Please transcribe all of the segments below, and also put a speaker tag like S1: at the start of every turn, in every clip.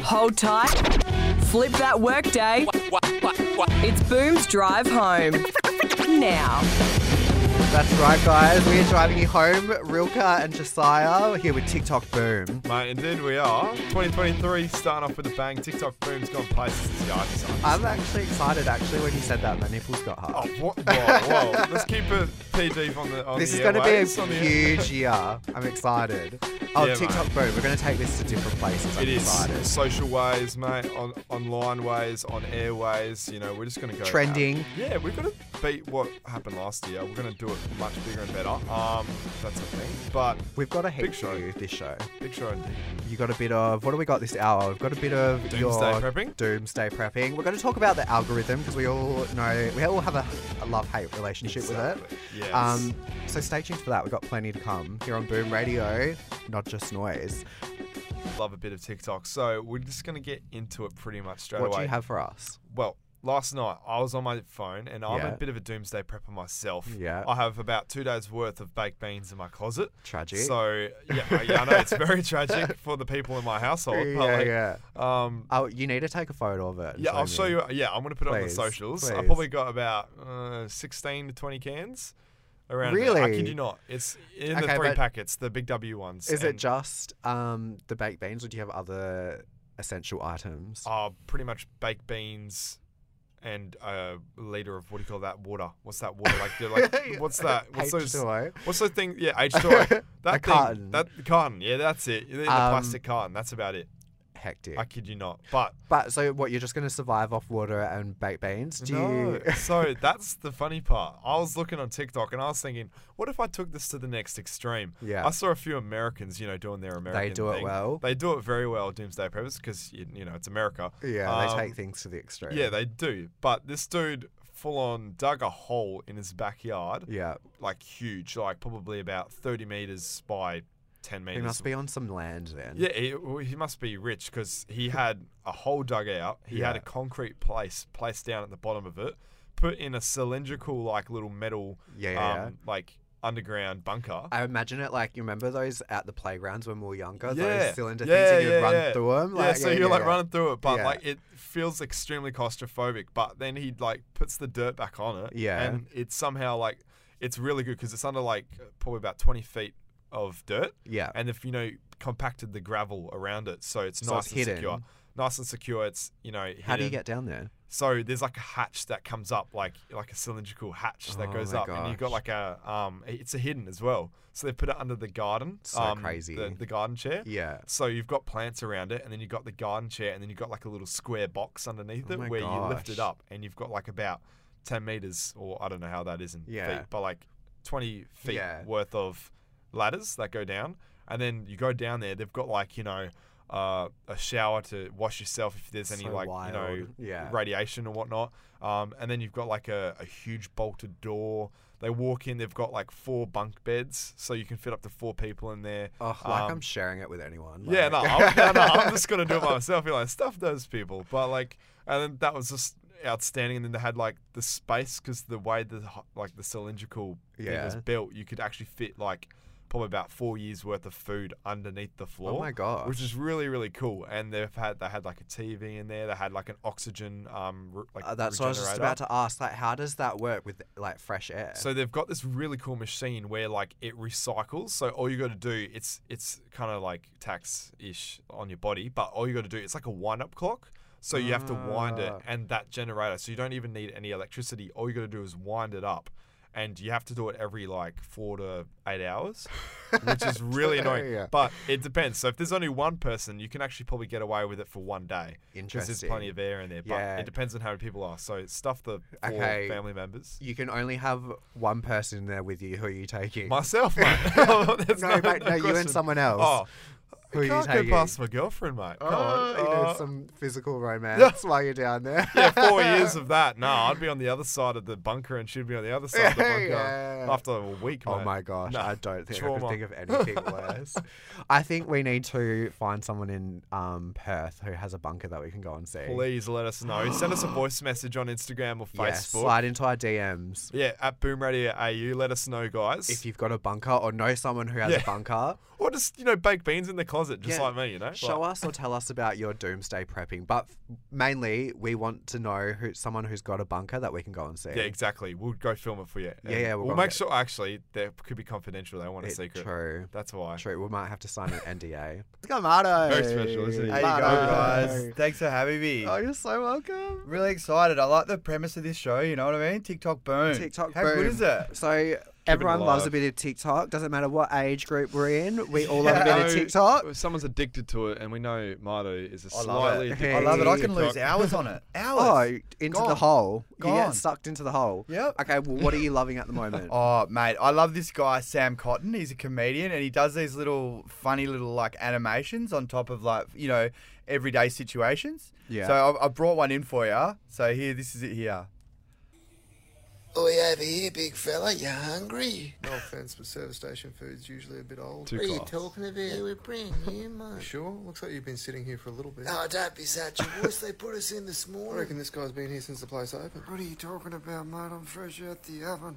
S1: Hold tight. Flip that workday. It's Boom's drive home. Now.
S2: That's right, guys. We are driving you home. Rilka and Josiah here with TikTok Boom.
S3: Mate, indeed we are. 2023 starting off with a bang. TikTok boom's gone places this year. I decided.
S2: I'm actually excited, actually, when you said that. My nipples got hard.
S3: Oh, what? Whoa, whoa. Let's keep it PG on the on
S2: This
S3: the
S2: is going to be
S3: airwaves,
S2: a
S3: Oh, on the
S2: huge year. I'm excited. Oh,
S3: Yeah,
S2: TikTok
S3: mate.
S2: Boom. We're going to take this to different places. I'm
S3: It is
S2: excited.
S3: social ways, mate. On online ways, on airways. You know, we're just gonna go
S2: Trending.
S3: out. Yeah, we're gonna beat what happened last year. We're gonna do it much bigger and better. Um, if that's a thing. But
S2: We've got a heap
S3: Big
S2: for
S3: show.
S2: you this show.
S3: big show indeed.
S2: You got a bit of what do we got this hour? We've got a bit of your
S3: Doomsday prepping?
S2: Doomsday prepping. We're going to talk about the algorithm because we all know we all have a, a love-hate relationship with
S3: Exactly.
S2: it.
S3: Yes.
S2: Um, so stay tuned for that. We've got plenty to come here on Boom Radio, not just noise.
S3: Love a bit of TikTok. So we're just gonna get into it pretty much straight
S2: what
S3: away.
S2: do you have for us?
S3: well, last night I was on my phone and I'm
S2: Yeah.
S3: a bit of a doomsday prepper myself.
S2: Yeah.
S3: I have about two days worth of baked beans in my closet.
S2: Tragic.
S3: So yeah, yeah, I know it's very tragic for the people in my household.
S2: yeah,
S3: but like,
S2: yeah.
S3: Um,
S2: Oh, you need to take a photo of it. and
S3: oh, yeah, I'll show
S2: me.
S3: you. Yeah, I'm gonna put it on the
S2: Please,
S3: socials. I
S2: please.
S3: probably got about uh, 16 to 20 cans around. there. I
S2: Really?
S3: kid you not. It's in
S2: Okay,
S3: the three
S2: but-
S3: packets, the big W ones.
S2: Is it
S3: and,
S2: just um, the baked beans, or do you have other essential items?
S3: Uh, pretty much baked beans and uh, a liter of what do you call that water? What's that water like? They're like what's that? What's those?
S2: H2O?
S3: What's the thing? Yeah, H2O. That
S2: A
S3: thing,
S2: carton.
S3: That carton. Yeah, that's it. In the
S2: Um,
S3: plastic carton. That's about it.
S2: Hectic.
S3: I kid you not. But
S2: But so what? You're just going to survive off water and baked beans? Do
S3: no.
S2: you?
S3: so that's the funny part. I was looking on TikTok and I was thinking, what if I took this to the next extreme?
S2: Yeah.
S3: I saw a few Americans, you know, doing their American
S2: do it
S3: thing.
S2: well.
S3: They do it very well, Doomsday Preppers, because, you, you know, it's America.
S2: Yeah,
S3: Um,
S2: they take things to the extreme.
S3: Yeah, they do. But this dude full on dug a hole in his backyard,
S2: yeah.
S3: like huge, like probably about 30 meters by 10 meters.
S2: He must be on some land then.
S3: Yeah, he, well, he must be rich because he had a hole dug out. He had a
S2: Yeah.
S3: concrete place placed down at the bottom of it, put in a cylindrical like little metal,
S2: Yeah, yeah, yeah.
S3: um, like underground bunker.
S2: I imagine it like you remember those at the playgrounds when we were younger,
S3: yeah,
S2: those cylinder
S3: yeah,
S2: things, and you'd
S3: yeah,
S2: run
S3: yeah.
S2: through them. Like,
S3: yeah, so you're like
S2: yeah.
S3: running through it, but
S2: Yeah.
S3: like it feels extremely claustrophobic. But then he like puts the dirt back on it.
S2: Yeah.
S3: and it's somehow like it's really good because it's under like probably about 20 feet of dirt.
S2: Yeah.
S3: and if you know compacted the gravel around it, so it's
S2: So
S3: nice
S2: it's
S3: and secure.
S2: hidden.
S3: Nice and secure. It's you know. Hidden.
S2: How do you get down there?
S3: So there's like a hatch that comes up, like like a cylindrical hatch that
S2: Oh
S3: goes
S2: my
S3: up, and you've got like a um, it's a hidden as well. So they put it under the garden.
S2: So
S3: um,
S2: crazy.
S3: The, the garden chair.
S2: Yeah.
S3: So you've got plants around it, and then you've got the garden chair, and then you've got like a little square box underneath
S2: Oh
S3: it
S2: my
S3: where you lift
S2: gosh.
S3: it up, and you've got like about ten meters, or I don't know how that is in
S2: Yeah.
S3: feet, but like twenty feet
S2: Yeah.
S3: worth of ladders that go down, and then you go down there. They've got like you know. Uh, a shower to wash yourself if there's any
S2: So
S3: like you know
S2: wild. Yeah.
S3: radiation or whatnot. Um, and then you've got like a, a huge bolted door. They walk in, they've got like four bunk beds, so you can fit up to four people in there.
S2: Oh, like
S3: Um,
S2: I'm sharing it with anyone.
S3: yeah,
S2: like-
S3: no, I'm, no, no, I'm just gonna do it by myself. You're like, stuff those people, but like, and then that was just outstanding. And then they had like the space because the way the h- like the cylindrical thing was
S2: Yeah.
S3: built, you could actually fit like probably about four years worth of food underneath the floor.
S2: Oh my gosh.
S3: Which is really really cool. And they've had they had like a TV in there. They had like an oxygen um re- like
S2: Uh, that's what I was just
S3: regenerator.
S2: about to ask. Like, how does that work with like fresh air?
S3: So they've got this really cool machine where like it recycles. So all you got to do it's it's kind of like tax ish on your body, but all you got to do it's like a wind up clock. So you have to wind it
S2: Ah.
S3: and that generator. So you don't even need any electricity. All you got to do is wind it up, and you have to do it every like four to eight hours, which is really annoying.
S2: Yeah.
S3: But it depends. So if there's only one person, you can actually probably get away with it for one day. Because there's
S2: Interesting.
S3: plenty of air in there, but
S2: Yeah.
S3: it depends on how many people are. So stuff the four
S2: Okay.
S3: family members.
S2: you can only have one person in there with you. Who are you taking?
S3: Myself, mate. There's
S2: no, mate, no, you
S3: question.
S2: and someone else.
S3: Oh,
S2: Who
S3: I
S2: are you
S3: can't go
S2: taking?
S3: past my girlfriend, mate. Come on.
S2: Uh, you
S3: Oh.
S2: know, some physical romance while you're down there.
S3: yeah, four years of that. No, I'd be on the other side of the bunker and she'd be on the other side of the bunker
S2: Yeah.
S3: after a week, mate.
S2: Oh my gosh,
S3: No,
S2: I don't think I
S3: trauma.
S2: could think of anything worse. I think we need to find someone in um, Perth who has a bunker that we can go and see.
S3: Please let us know. Send us a voice message on Instagram or
S2: Yes,
S3: Facebook.
S2: slide into our DMs
S3: Yeah, at Boom Radio AU. Let us know, guys.
S2: if you've got a bunker or know someone who has
S3: Yeah.
S2: a bunker.
S3: or just, you know, bake beans in the was it? Just
S2: Yeah.
S3: like me, you know.
S2: Show
S3: Like,
S2: us or tell us about your doomsday prepping, but f- mainly we want to know who someone who's got a bunker that we can go and see.
S3: Yeah, exactly. We'll go film it for you. and
S2: yeah, we'll
S3: We'll,
S2: go and
S3: make
S2: get-
S3: sure. Actually, there could be confidential. They want a
S2: It-
S3: secret.
S2: True.
S3: That's why.
S2: True. We might have to sign an NDA. Tomato.
S3: Very special, isn't it?
S4: There you go, guys. Thanks for having me.
S2: Oh, you're so welcome.
S4: Really excited. I like the premise of this show. You know what I mean? TikTok boom.
S2: TikTok
S4: How
S2: boom.
S4: good is it?
S2: So everyone loves a
S3: alive.
S2: bit of TikTok. Doesn't matter what age group we're in. We all love a bit of
S3: No,
S2: TikTok.
S3: Someone's addicted to it, and we know Mardo is a
S4: I love
S3: slightly.
S4: it.
S3: addicted
S4: I love it. I can
S2: Hey.
S4: lose hours on it.
S2: Oh,
S4: Hours.
S2: into the
S4: Gone.
S2: hole. You
S4: Gone.
S2: get sucked into the hole.
S4: Yep.
S2: Okay. Well, what are you loving at the moment?
S4: Oh, mate, I love this guy, Sam Cotton. He's a comedian and he does these little funny little like animations on top of like, you know, everyday situations.
S2: Yeah.
S4: So I, I brought one in for you. So here, this is it here.
S5: Oi, over here, big fella, you hungry? No offense, but service station food's usually a bit old.
S3: Too
S5: what are you
S3: class.
S5: talking about? Yeah, we're brand new, mate. Sure? Looks like you've been sitting here for a little bit. Oh, don't be such a wuss. they put us in this morning. I reckon this guy's been here since the place opened. What are you talking about, mate? I'm fresh out the oven.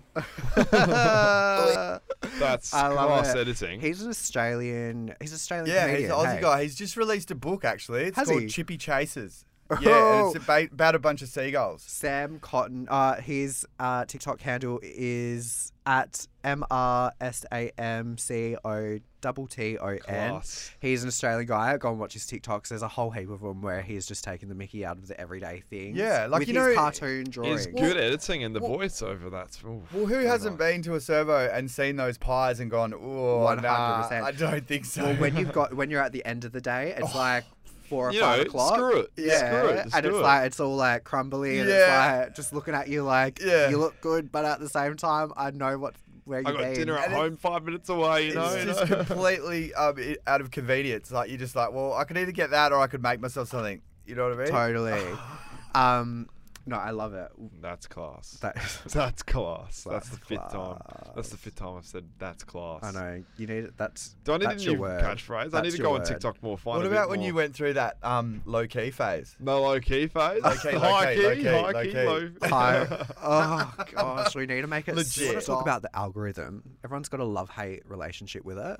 S3: That's
S2: I love
S3: class
S2: it.
S3: editing.
S2: He's an Australian. He's an Australian.
S4: Yeah, he's
S2: comedian,
S4: an Aussie
S2: hey.
S4: guy. He's just released a book actually. It's
S2: Has
S4: called
S2: he?
S4: Chippy Chasers. Yeah, and
S2: Oh.
S4: it's about, about a bunch of seagulls.
S2: Sam Cotton. Uh, his uh, TikTok handle is at M R S A M C O double T O N.
S3: Class.
S2: He's an Australian guy. Go and watch his TikToks. There's a whole heap of them where he's just taking the Mickey out of the everyday things.
S4: Yeah, like,
S2: with
S4: you
S2: his
S4: know,
S2: cartoon drawings.
S3: He's good editing and the voiceover. That's ooh,
S4: Well, who hasn't been to a servo and seen those pies and gone, oh, nah,
S2: 100%.
S4: I don't think so.
S2: Well, when you've got when you're at the end of the day, it's like four or
S3: Oh, You
S2: five
S3: know,
S2: o'clock.
S3: screw it.
S2: Yeah,
S3: Screw it, just
S2: and
S3: do
S2: it's
S3: it.
S2: like it's all like crumbly, and
S4: Yeah.
S2: it's like just looking at you like
S4: Yeah.
S2: you look good, but at the same time, I know what where
S3: I
S2: you've
S3: got
S2: been.
S3: dinner at
S4: And it-
S3: home five minutes away. You know,
S4: It's
S3: you
S4: just
S3: know?
S4: completely um, i- out of convenience. Like you're just like, well, I could either get that or I could make myself something. You know what I mean?
S2: totally. um, no, I love it.
S3: that's class.
S2: That,
S3: That's class. That's,
S2: That's
S3: the fifth time. That's the fifth time I've said that's class.
S2: I know you need that's.
S3: Do I need a
S2: that's your
S3: new
S2: word.
S3: catchphrase? I need
S2: That's
S3: to
S2: your
S3: go on
S2: word.
S3: TikTok more. Find
S4: What
S3: a bit
S4: about when you
S3: more.
S4: went through that um, low key phase?
S3: the low key phase?
S4: Low key, low
S3: high
S4: key,
S3: key,
S4: low key,
S3: high
S4: low
S3: key,
S4: key.
S3: low.
S2: Hi. oh gosh, we need to make it.
S4: Legit.
S2: Let's talk about the algorithm. Everyone's got a love-hate relationship with it.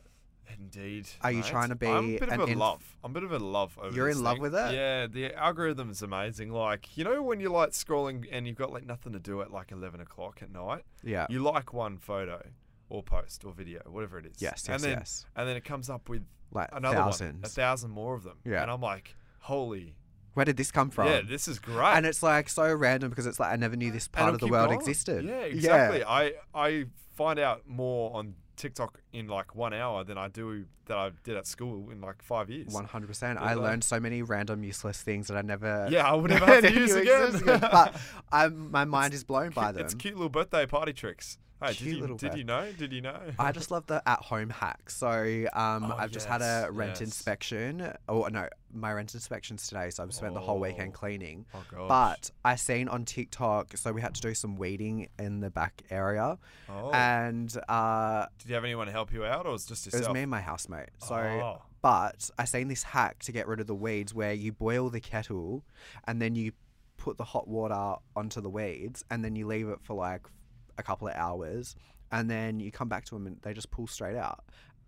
S3: Indeed.
S2: Are you
S3: mate.
S2: trying to
S3: I'm
S2: be
S3: a bit
S2: an
S3: of a
S2: inf-
S3: love. I'm a bit of a love over
S2: You're
S3: this
S2: in love
S3: thing.
S2: with it?
S3: Yeah, the algorithm's amazing. Like, you know when you're like scrolling and you've got like nothing to do at like eleven o'clock at night?
S2: Yeah.
S3: You like one photo or post or video, whatever it is.
S2: Yes, yes,
S3: and then,
S2: yes.
S3: And then it comes up with
S2: Like
S3: another one. A
S2: thousands.
S3: thousand more of them.
S2: Yeah.
S3: And I'm like, holy
S2: Where did this come from?
S3: Yeah, this is great.
S2: and it's like so random because it's like I never knew this
S3: And
S2: part
S3: it'll
S2: of the
S3: keep
S2: world
S3: going.
S2: existed.
S3: Yeah, exactly. I I find out more on TikTok in like one hour than I do that I did at school in like five years.
S2: One hundred percent. I
S3: Yeah.
S2: learned so many random useless things that I never.
S3: Yeah, I would never have to
S2: knew
S3: use again.
S2: existed, but I'm, my mind is blown by them.
S3: It's cute little birthday party tricks. Hey, did
S2: Cute
S3: you
S2: little
S3: did
S2: birth-
S3: you know? Did you know?
S2: I just love the at-home hack. So um,
S3: Oh,
S2: I've just had a
S3: yes,
S2: rent
S3: yes.
S2: inspection. Oh no, my rent inspection's today, so I've spent the whole weekend
S3: Oh.
S2: cleaning.
S3: Oh, gosh.
S2: But I seen on TikTok, so we had to do some weeding in the back area,
S3: Oh.
S2: and uh,
S3: did you have anyone help you out, or was it just
S2: It was
S3: yourself?
S2: me and my housemate. So,
S3: Oh.
S2: but I seen this hack to get rid of the weeds where you boil the kettle and then you put the hot water onto the weeds and then you leave it for like a couple of hours and then you come back to them and they just pull straight out.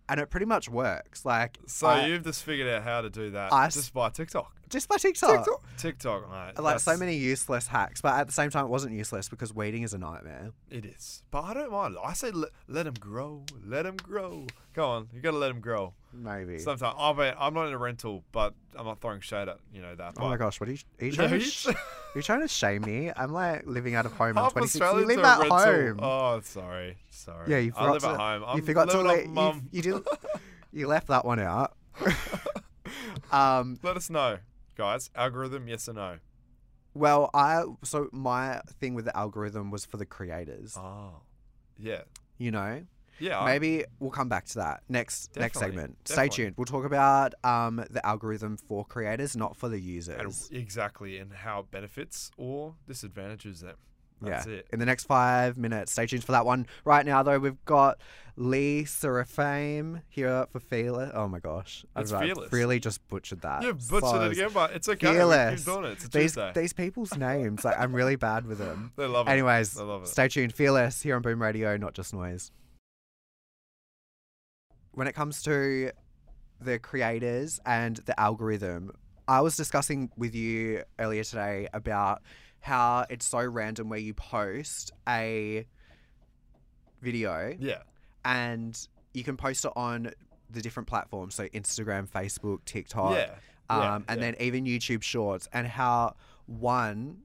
S2: And it pretty much works. Like,
S3: so
S2: I-
S3: you've just figured out how to do that
S2: I s-
S3: just by TikTok.
S2: just by TikTok.
S3: TikTok, mate.
S2: Like so
S3: that's-
S2: many useless hacks, but at the same time, it wasn't useless because weeding is a nightmare.
S3: It is, but I don't mind. I say let, let them grow, let them grow. Go on, you gotta let them grow.
S2: Maybe.
S3: Sometimes I'll be, I'm not in a rental, but I'm not throwing shade at you know that.
S2: oh my
S3: but
S2: gosh, what are you? Are you,
S3: No,
S2: trying, to
S3: you-
S2: sh- are you trying to shame me? I'm like living out of home. I'm
S3: Half
S2: 26.
S3: Australians
S2: you live
S3: are
S2: at
S3: rental.
S2: home.
S3: Oh, sorry, sorry.
S2: Yeah, you
S3: I
S2: forgot
S3: live
S2: to,
S3: at home. I'm
S2: you forgot to
S3: living off
S2: let you,
S3: mum.
S2: you did you left that one out. um,
S3: Let us know, guys. Algorithm, yes or no?
S2: well, I so my thing with the algorithm was for the creators.
S3: Oh, yeah,
S2: You know,
S3: yeah. I-
S2: maybe we'll come back to that next next
S3: Definitely,
S2: segment. Stay
S3: definitely.
S2: tuned. We'll talk about um, the algorithm for creators, not for the
S3: and
S2: users.
S3: exactly, and how it benefits or disadvantages them. That's
S2: yeah.
S3: it.
S2: In the next five minutes, stay tuned for that one. Right now, though, we've got Lee Serafame here for Fearless. Oh my gosh,
S3: It's
S2: I've
S3: Fearless.
S2: really just butchered that.
S3: You butchered
S2: So-
S3: it again, but it's okay. We
S2: uh, Fearless.
S3: keep doing it. It's a
S2: these,
S3: Tuesday.
S2: these people's names, like, I'm really bad with them.
S3: they love it.
S2: Anyways,
S3: they love it.
S2: stay tuned. Fearless here on Boom Radio, not just noise. When it comes to the creators and the algorithm. I was discussing with you earlier today about how it's so random where you post a video
S3: Yeah.
S2: and you can post it on the different platforms, so Instagram, Facebook, TikTok,
S3: Yeah.
S2: um,
S3: Yeah,
S2: and
S3: yeah.
S2: then even YouTube Shorts, and how one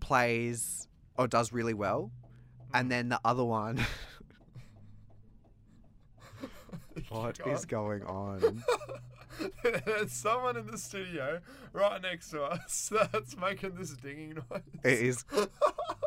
S2: plays or does really well,
S3: Mm.
S2: and then the other one.
S3: Oh
S2: What is going on?
S3: There's someone in the studio right next to us that's making this dinging noise.
S2: It is.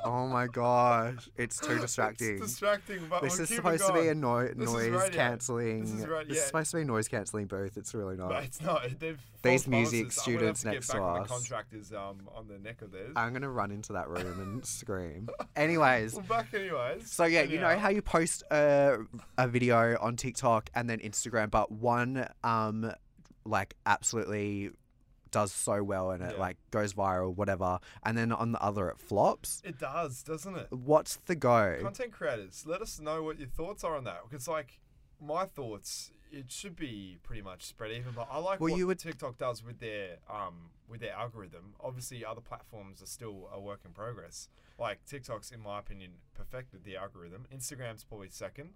S2: Oh my gosh! It's too distracting.
S3: It's distracting, but
S2: this
S3: we'll
S2: is
S3: keep it
S2: supposed to be a
S3: going.
S2: no-
S3: This is
S2: noise
S3: radio.
S2: cancelling.
S3: This is ra- yeah.
S2: supposed to be a noise cancelling booth. It's really not.
S3: But it's not. They've
S2: These
S3: false
S2: music
S3: balances. I'm gonna have
S2: students
S3: to get
S2: next
S3: back
S2: to
S3: on The
S2: us. Uh,
S3: contract is um, on the neck of theirs.
S2: I'm gonna run into that room and scream. Anyways,
S3: We're back anyways.
S2: so yeah, you know
S3: Anyhow.
S2: how you post a a video on TikTok and then Instagram, but one um like absolutely does so well and it
S3: Yeah.
S2: like goes viral, whatever, and then on the other it flops.
S3: it does, doesn't it?
S2: What's the go?
S3: Content creators, let us know what your thoughts are on that. Because like my thoughts, it should be pretty much spread even. But I like
S2: Well,
S3: what
S2: you would-
S3: TikTok does with their um with their algorithm. Obviously, other platforms are still a work in progress. Like TikTok's, in my opinion, perfected the algorithm. Instagram's probably second.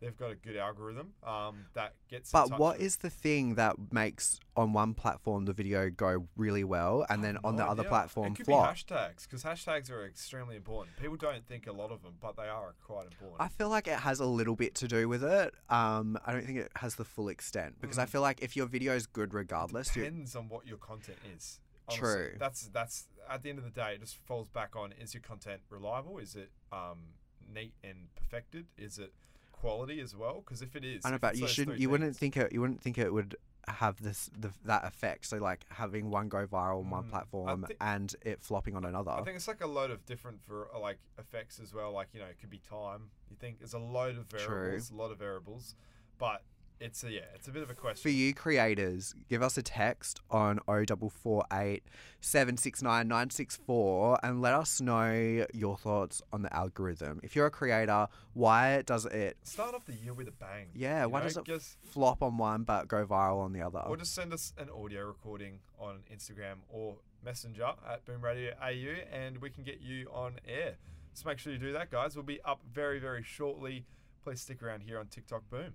S3: They've got a good algorithm um, that gets. in
S2: But
S3: touch
S2: what
S3: with-
S2: is the thing that makes on one platform the video go really well and then on the
S3: No
S2: other
S3: idea.
S2: platform
S3: it could
S2: flop?
S3: be hashtags because hashtags are extremely important. People don't think a lot of them, but they are quite important.
S2: I feel like it has a little bit to do with it. Um, I don't think it has the full extent because I
S3: Mm.
S2: feel like if your video is good regardless, you
S3: depends on what your content is. honestly.
S2: True.
S3: That's that's at the end of the day, it just falls back on: is your content reliable? Is it um, neat and perfected? Is it quality as well? Because if it is,
S2: I know,
S3: if
S2: but
S3: it's
S2: you
S3: those
S2: shouldn't.
S3: three
S2: You wouldn't
S3: things-
S2: think it. You wouldn't think it would have this the, that effect. So like having one go viral on one platform
S3: think-
S2: and it flopping on another.
S3: Mm. I think it's like a load of different ver- uh, like effects as well. Like you know, it could be time. You think there's a load of variables, a lot of variables, but it's a yeah, it's a bit of a question.
S2: for you creators, give us a text on 0448 769 964 and let us know your thoughts on the algorithm. If you're a creator, why does it
S3: Start off the year with a bang.
S2: Yeah,
S3: you
S2: why
S3: know?
S2: does it
S3: Just-
S2: flop on one but go viral on the other?
S3: Or just send us an audio recording on Instagram or Messenger at Boom Radio AU, and we can get you on air. So make sure you do that, guys. We'll be up very, very shortly. Please stick around here on TikTok Boom.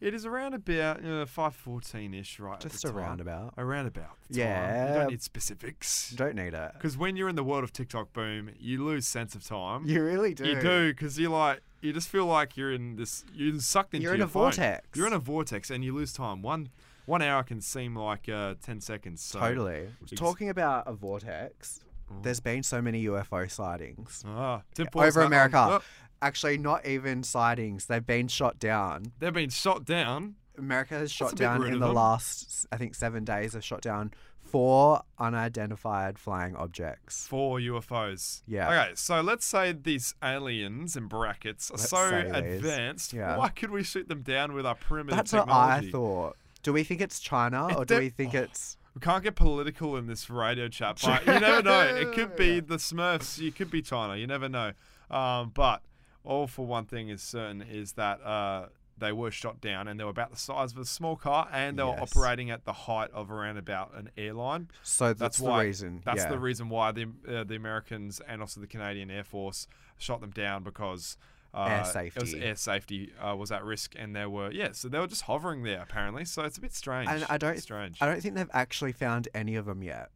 S3: It is around about uh, five fourteen ish, right?
S2: Just a roundabout.
S3: Around about.
S2: Yeah.
S3: You don't need specifics.
S2: Don't need it.
S3: Because when you're in the world of TikTok Boom, you lose sense of time.
S2: You really do.
S3: You do because you like you just feel like you're in this you're sucked into
S2: You're in
S3: your
S2: a
S3: phone.
S2: vortex.
S3: You're in a vortex and you lose time. One one hour can seem like uh, ten seconds. So. Mm.
S2: Totally.
S3: Ex-
S2: Talking about a vortex, there's been so many UFO sightings
S3: Ah, Tim Paul's
S2: over
S3: not-
S2: America.
S3: oh,
S2: Actually, not even sightings. They've been shot down.
S3: they've been shot down.
S2: America has
S3: a
S2: shot
S3: bit
S2: down
S3: rude
S2: in
S3: of
S2: the
S3: them.
S2: last, I think, seven days. Have shot down four unidentified flying objects.
S3: Four UFOs.
S2: Yeah.
S3: Okay, so let's say these aliens in brackets are
S2: Let's
S3: so
S2: say these.
S3: advanced.
S2: Yeah.
S3: Why could we shoot them down with our primitive
S2: That's what
S3: technology?
S2: I thought. Do we think it's China
S3: It
S2: or do
S3: de-
S2: we think
S3: Oh.
S2: it's
S3: We can't get political in this radio chat, but you never know. It could be the Smurfs. You could be China. You never know. Um, but all for one thing is certain is that uh, they were shot down and they were about the size of a small car and they were
S2: Yes.
S3: operating at the height of around about an airline.
S2: so? That's, the
S3: why,
S2: reason.
S3: That's
S2: yeah.
S3: the reason why the uh, the Americans and also the Canadian Air Force shot them down because. Uh,
S2: Air
S3: It was
S2: safety.
S3: air safety uh, was at risk, and they were yeah. So they were just hovering there apparently. So it's a bit strange.
S2: and I don't
S3: strange.
S2: I don't think they've actually found any of them yet.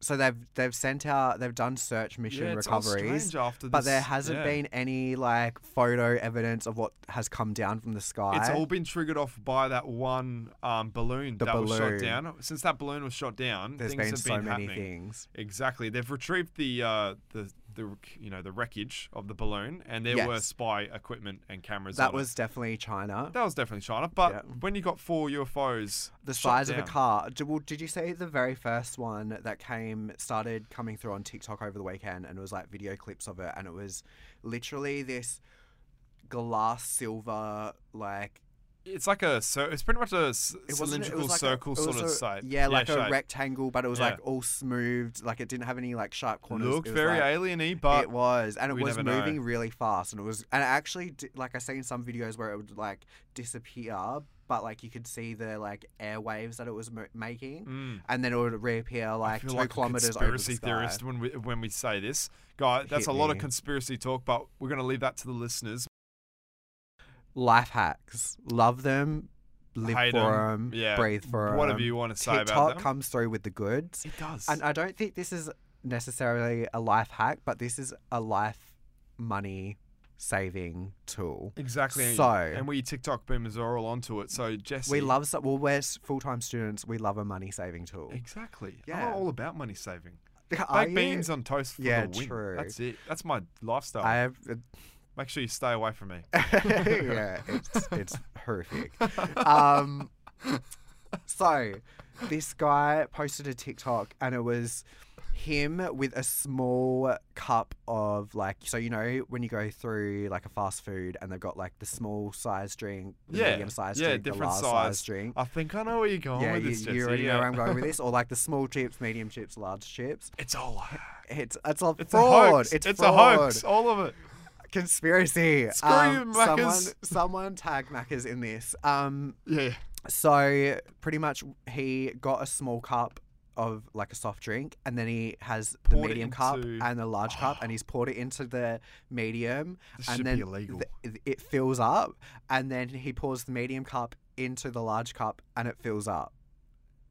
S2: So they've they've sent out they've done search mission
S3: Yeah, it's all strange
S2: recoveries,
S3: after
S2: but there
S3: this-
S2: hasn't
S3: yeah.
S2: been any like photo evidence of what has come down from the sky.
S3: It's all been triggered off by that one um, balloon
S2: The
S3: that was
S2: balloon.
S3: shot down. Since that balloon was shot down,
S2: There's
S3: things
S2: been
S3: have
S2: so
S3: been
S2: many
S3: happening.
S2: things.
S3: Exactly. They've retrieved the uh, the the you know the wreckage of the balloon, and there were
S2: Yes.
S3: spy equipment and cameras.
S2: That
S3: on it.
S2: was definitely China.
S3: that was definitely China. But
S2: Yeah.
S3: when you got four UFOs,
S2: The
S3: shot
S2: size of a
S3: down-
S2: car. Did, well, did you say the very first one that came started coming through on TikTok over the weekend and it was like video clips of it and it was literally this glass silver like
S3: it's like a cir- it's pretty much a s-
S2: It wasn't- it
S3: cylindrical
S2: was like a-
S3: circle
S2: it was
S3: sort of
S2: a-
S3: site.
S2: Yeah, like a
S3: shape.
S2: rectangle, but it was
S3: Yeah.
S2: like all smoothed. Like it didn't have any like sharp corners.
S3: Looked
S2: It was,
S3: very
S2: like,
S3: alieny, but
S2: it was, and it
S3: we
S2: was
S3: never know.
S2: moving really fast, and it was, and it actually, di- like I seen some videos where it would like disappear, but like you could see the like airwaves that it was mo- making,
S3: Mm.
S2: and then it would reappear
S3: I
S2: like
S3: feel
S2: two
S3: like a
S2: kilometers over the
S3: conspiracy
S2: sky.
S3: theorist when we when we say this, guy.
S2: Hit
S3: That's a lot of
S2: me.
S3: conspiracy talk, but we're gonna leave that to the listeners.
S2: Life hacks, love them, live
S3: Hate
S2: for
S3: 'em.
S2: them,
S3: Yeah,
S2: breathe for them.
S3: whatever you wanna say about
S2: TikTok
S3: them.
S2: comes through with the goods.
S3: It does.
S2: And uh, I don't think this is necessarily a life hack, but this is a life money saving tool.
S3: exactly.
S2: So-
S3: and we TikTok boomers are all onto it. So Jesse,
S2: We love, so- well, we're full time students. We love a money saving tool.
S3: exactly.
S2: Yeah.
S3: I'm all about money saving.
S2: Are
S3: Baked
S2: you?
S3: beans on toast for
S2: Yeah,
S3: the win.
S2: true.
S3: That's it. That's my lifestyle.
S2: I have, uh,
S3: Make sure you stay away from me.
S2: yeah, it's, it's horrific. Um, so, this guy posted a TikTok and it was him with a small cup of like, so you know, when you go through like a fast food and they've got like the small size drink, the
S3: yeah,
S2: medium sized
S3: yeah,
S2: drink, the
S3: different
S2: large
S3: size.
S2: size drink.
S3: I think I know where you're going
S2: yeah,
S3: with
S2: you,
S3: this, Jesse.
S2: you already
S3: yeah.
S2: know where I'm going with this, or like the small chips, medium chips, large chips.
S3: It's all.
S2: It's it's a
S3: It's
S2: fraud.
S3: a hoax.
S2: It's,
S3: it's
S2: fraud.
S3: a hoax. All of it.
S2: Conspiracy. Um,
S3: Screw you,
S2: someone,
S3: Maccas.
S2: someone tag Maccas in this. Um,
S3: Yeah.
S2: so pretty much he got a small cup of like a soft drink and then he has the
S3: Poured it
S2: medium cup
S3: into-
S2: and the large cup and he's poured it into the medium
S3: This
S2: and
S3: should be
S2: then
S3: illegal.
S2: th- it fills up and then he pours the medium cup into the large cup and it fills up.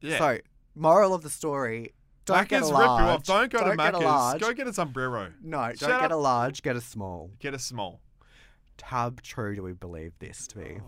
S3: Yeah.
S2: So, moral of the story, don't
S3: Macca's
S2: get a
S3: rip you
S2: large.
S3: off. Don't go to
S2: get a
S3: Macca's.
S2: large.
S3: Go get a sombrero.
S2: no, don't
S3: Shut
S2: get
S3: up.
S2: a large, get a small.
S3: Get a small.
S2: How true do we believe this to
S3: Oh.
S2: be?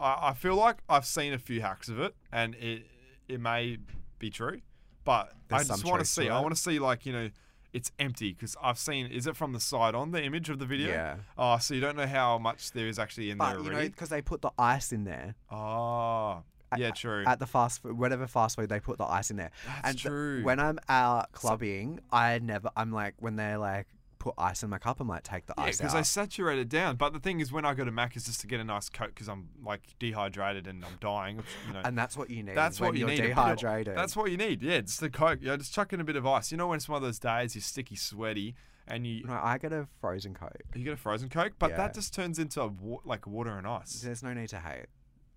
S3: I, I feel like I've seen a few hacks of it, and it it may be true, but
S2: There's
S3: I just
S2: some
S3: want to
S2: truth to
S3: see. I
S2: it.
S3: want to see like you know, it's empty because I've seen. Is it from the side on the image of the video?
S2: Yeah.
S3: Oh, so you don't know how much there is actually in
S2: But,
S3: there
S2: you know,
S3: already.
S2: because they put the ice in there.
S3: Ah, yeah, true.
S2: at the fast food, whatever fast food they put the ice in there.
S3: That's
S2: th-
S3: true.
S2: when I'm out clubbing, I never. I'm like when they like put ice in my cup, I'm like take the
S3: Yeah,
S2: ice
S3: because
S2: out.
S3: they saturate it down. But the thing is, when I go to Mac, is just to get a nice coat because I'm like dehydrated and I'm dying. which, you know,
S2: and that's what you need.
S3: that's
S2: when
S3: what you
S2: you're
S3: need. a bit of-
S2: Dehydrated.
S3: that's what you need. Yeah, just the coke. Yeah, just chuck in a bit of ice. You know when it's one of those days you're sticky, sweaty, and you
S2: No, I get a frozen coke.
S3: you get a frozen coke, but
S2: Yeah.
S3: that just turns into a wa- like water and ice.
S2: There's no need to hate.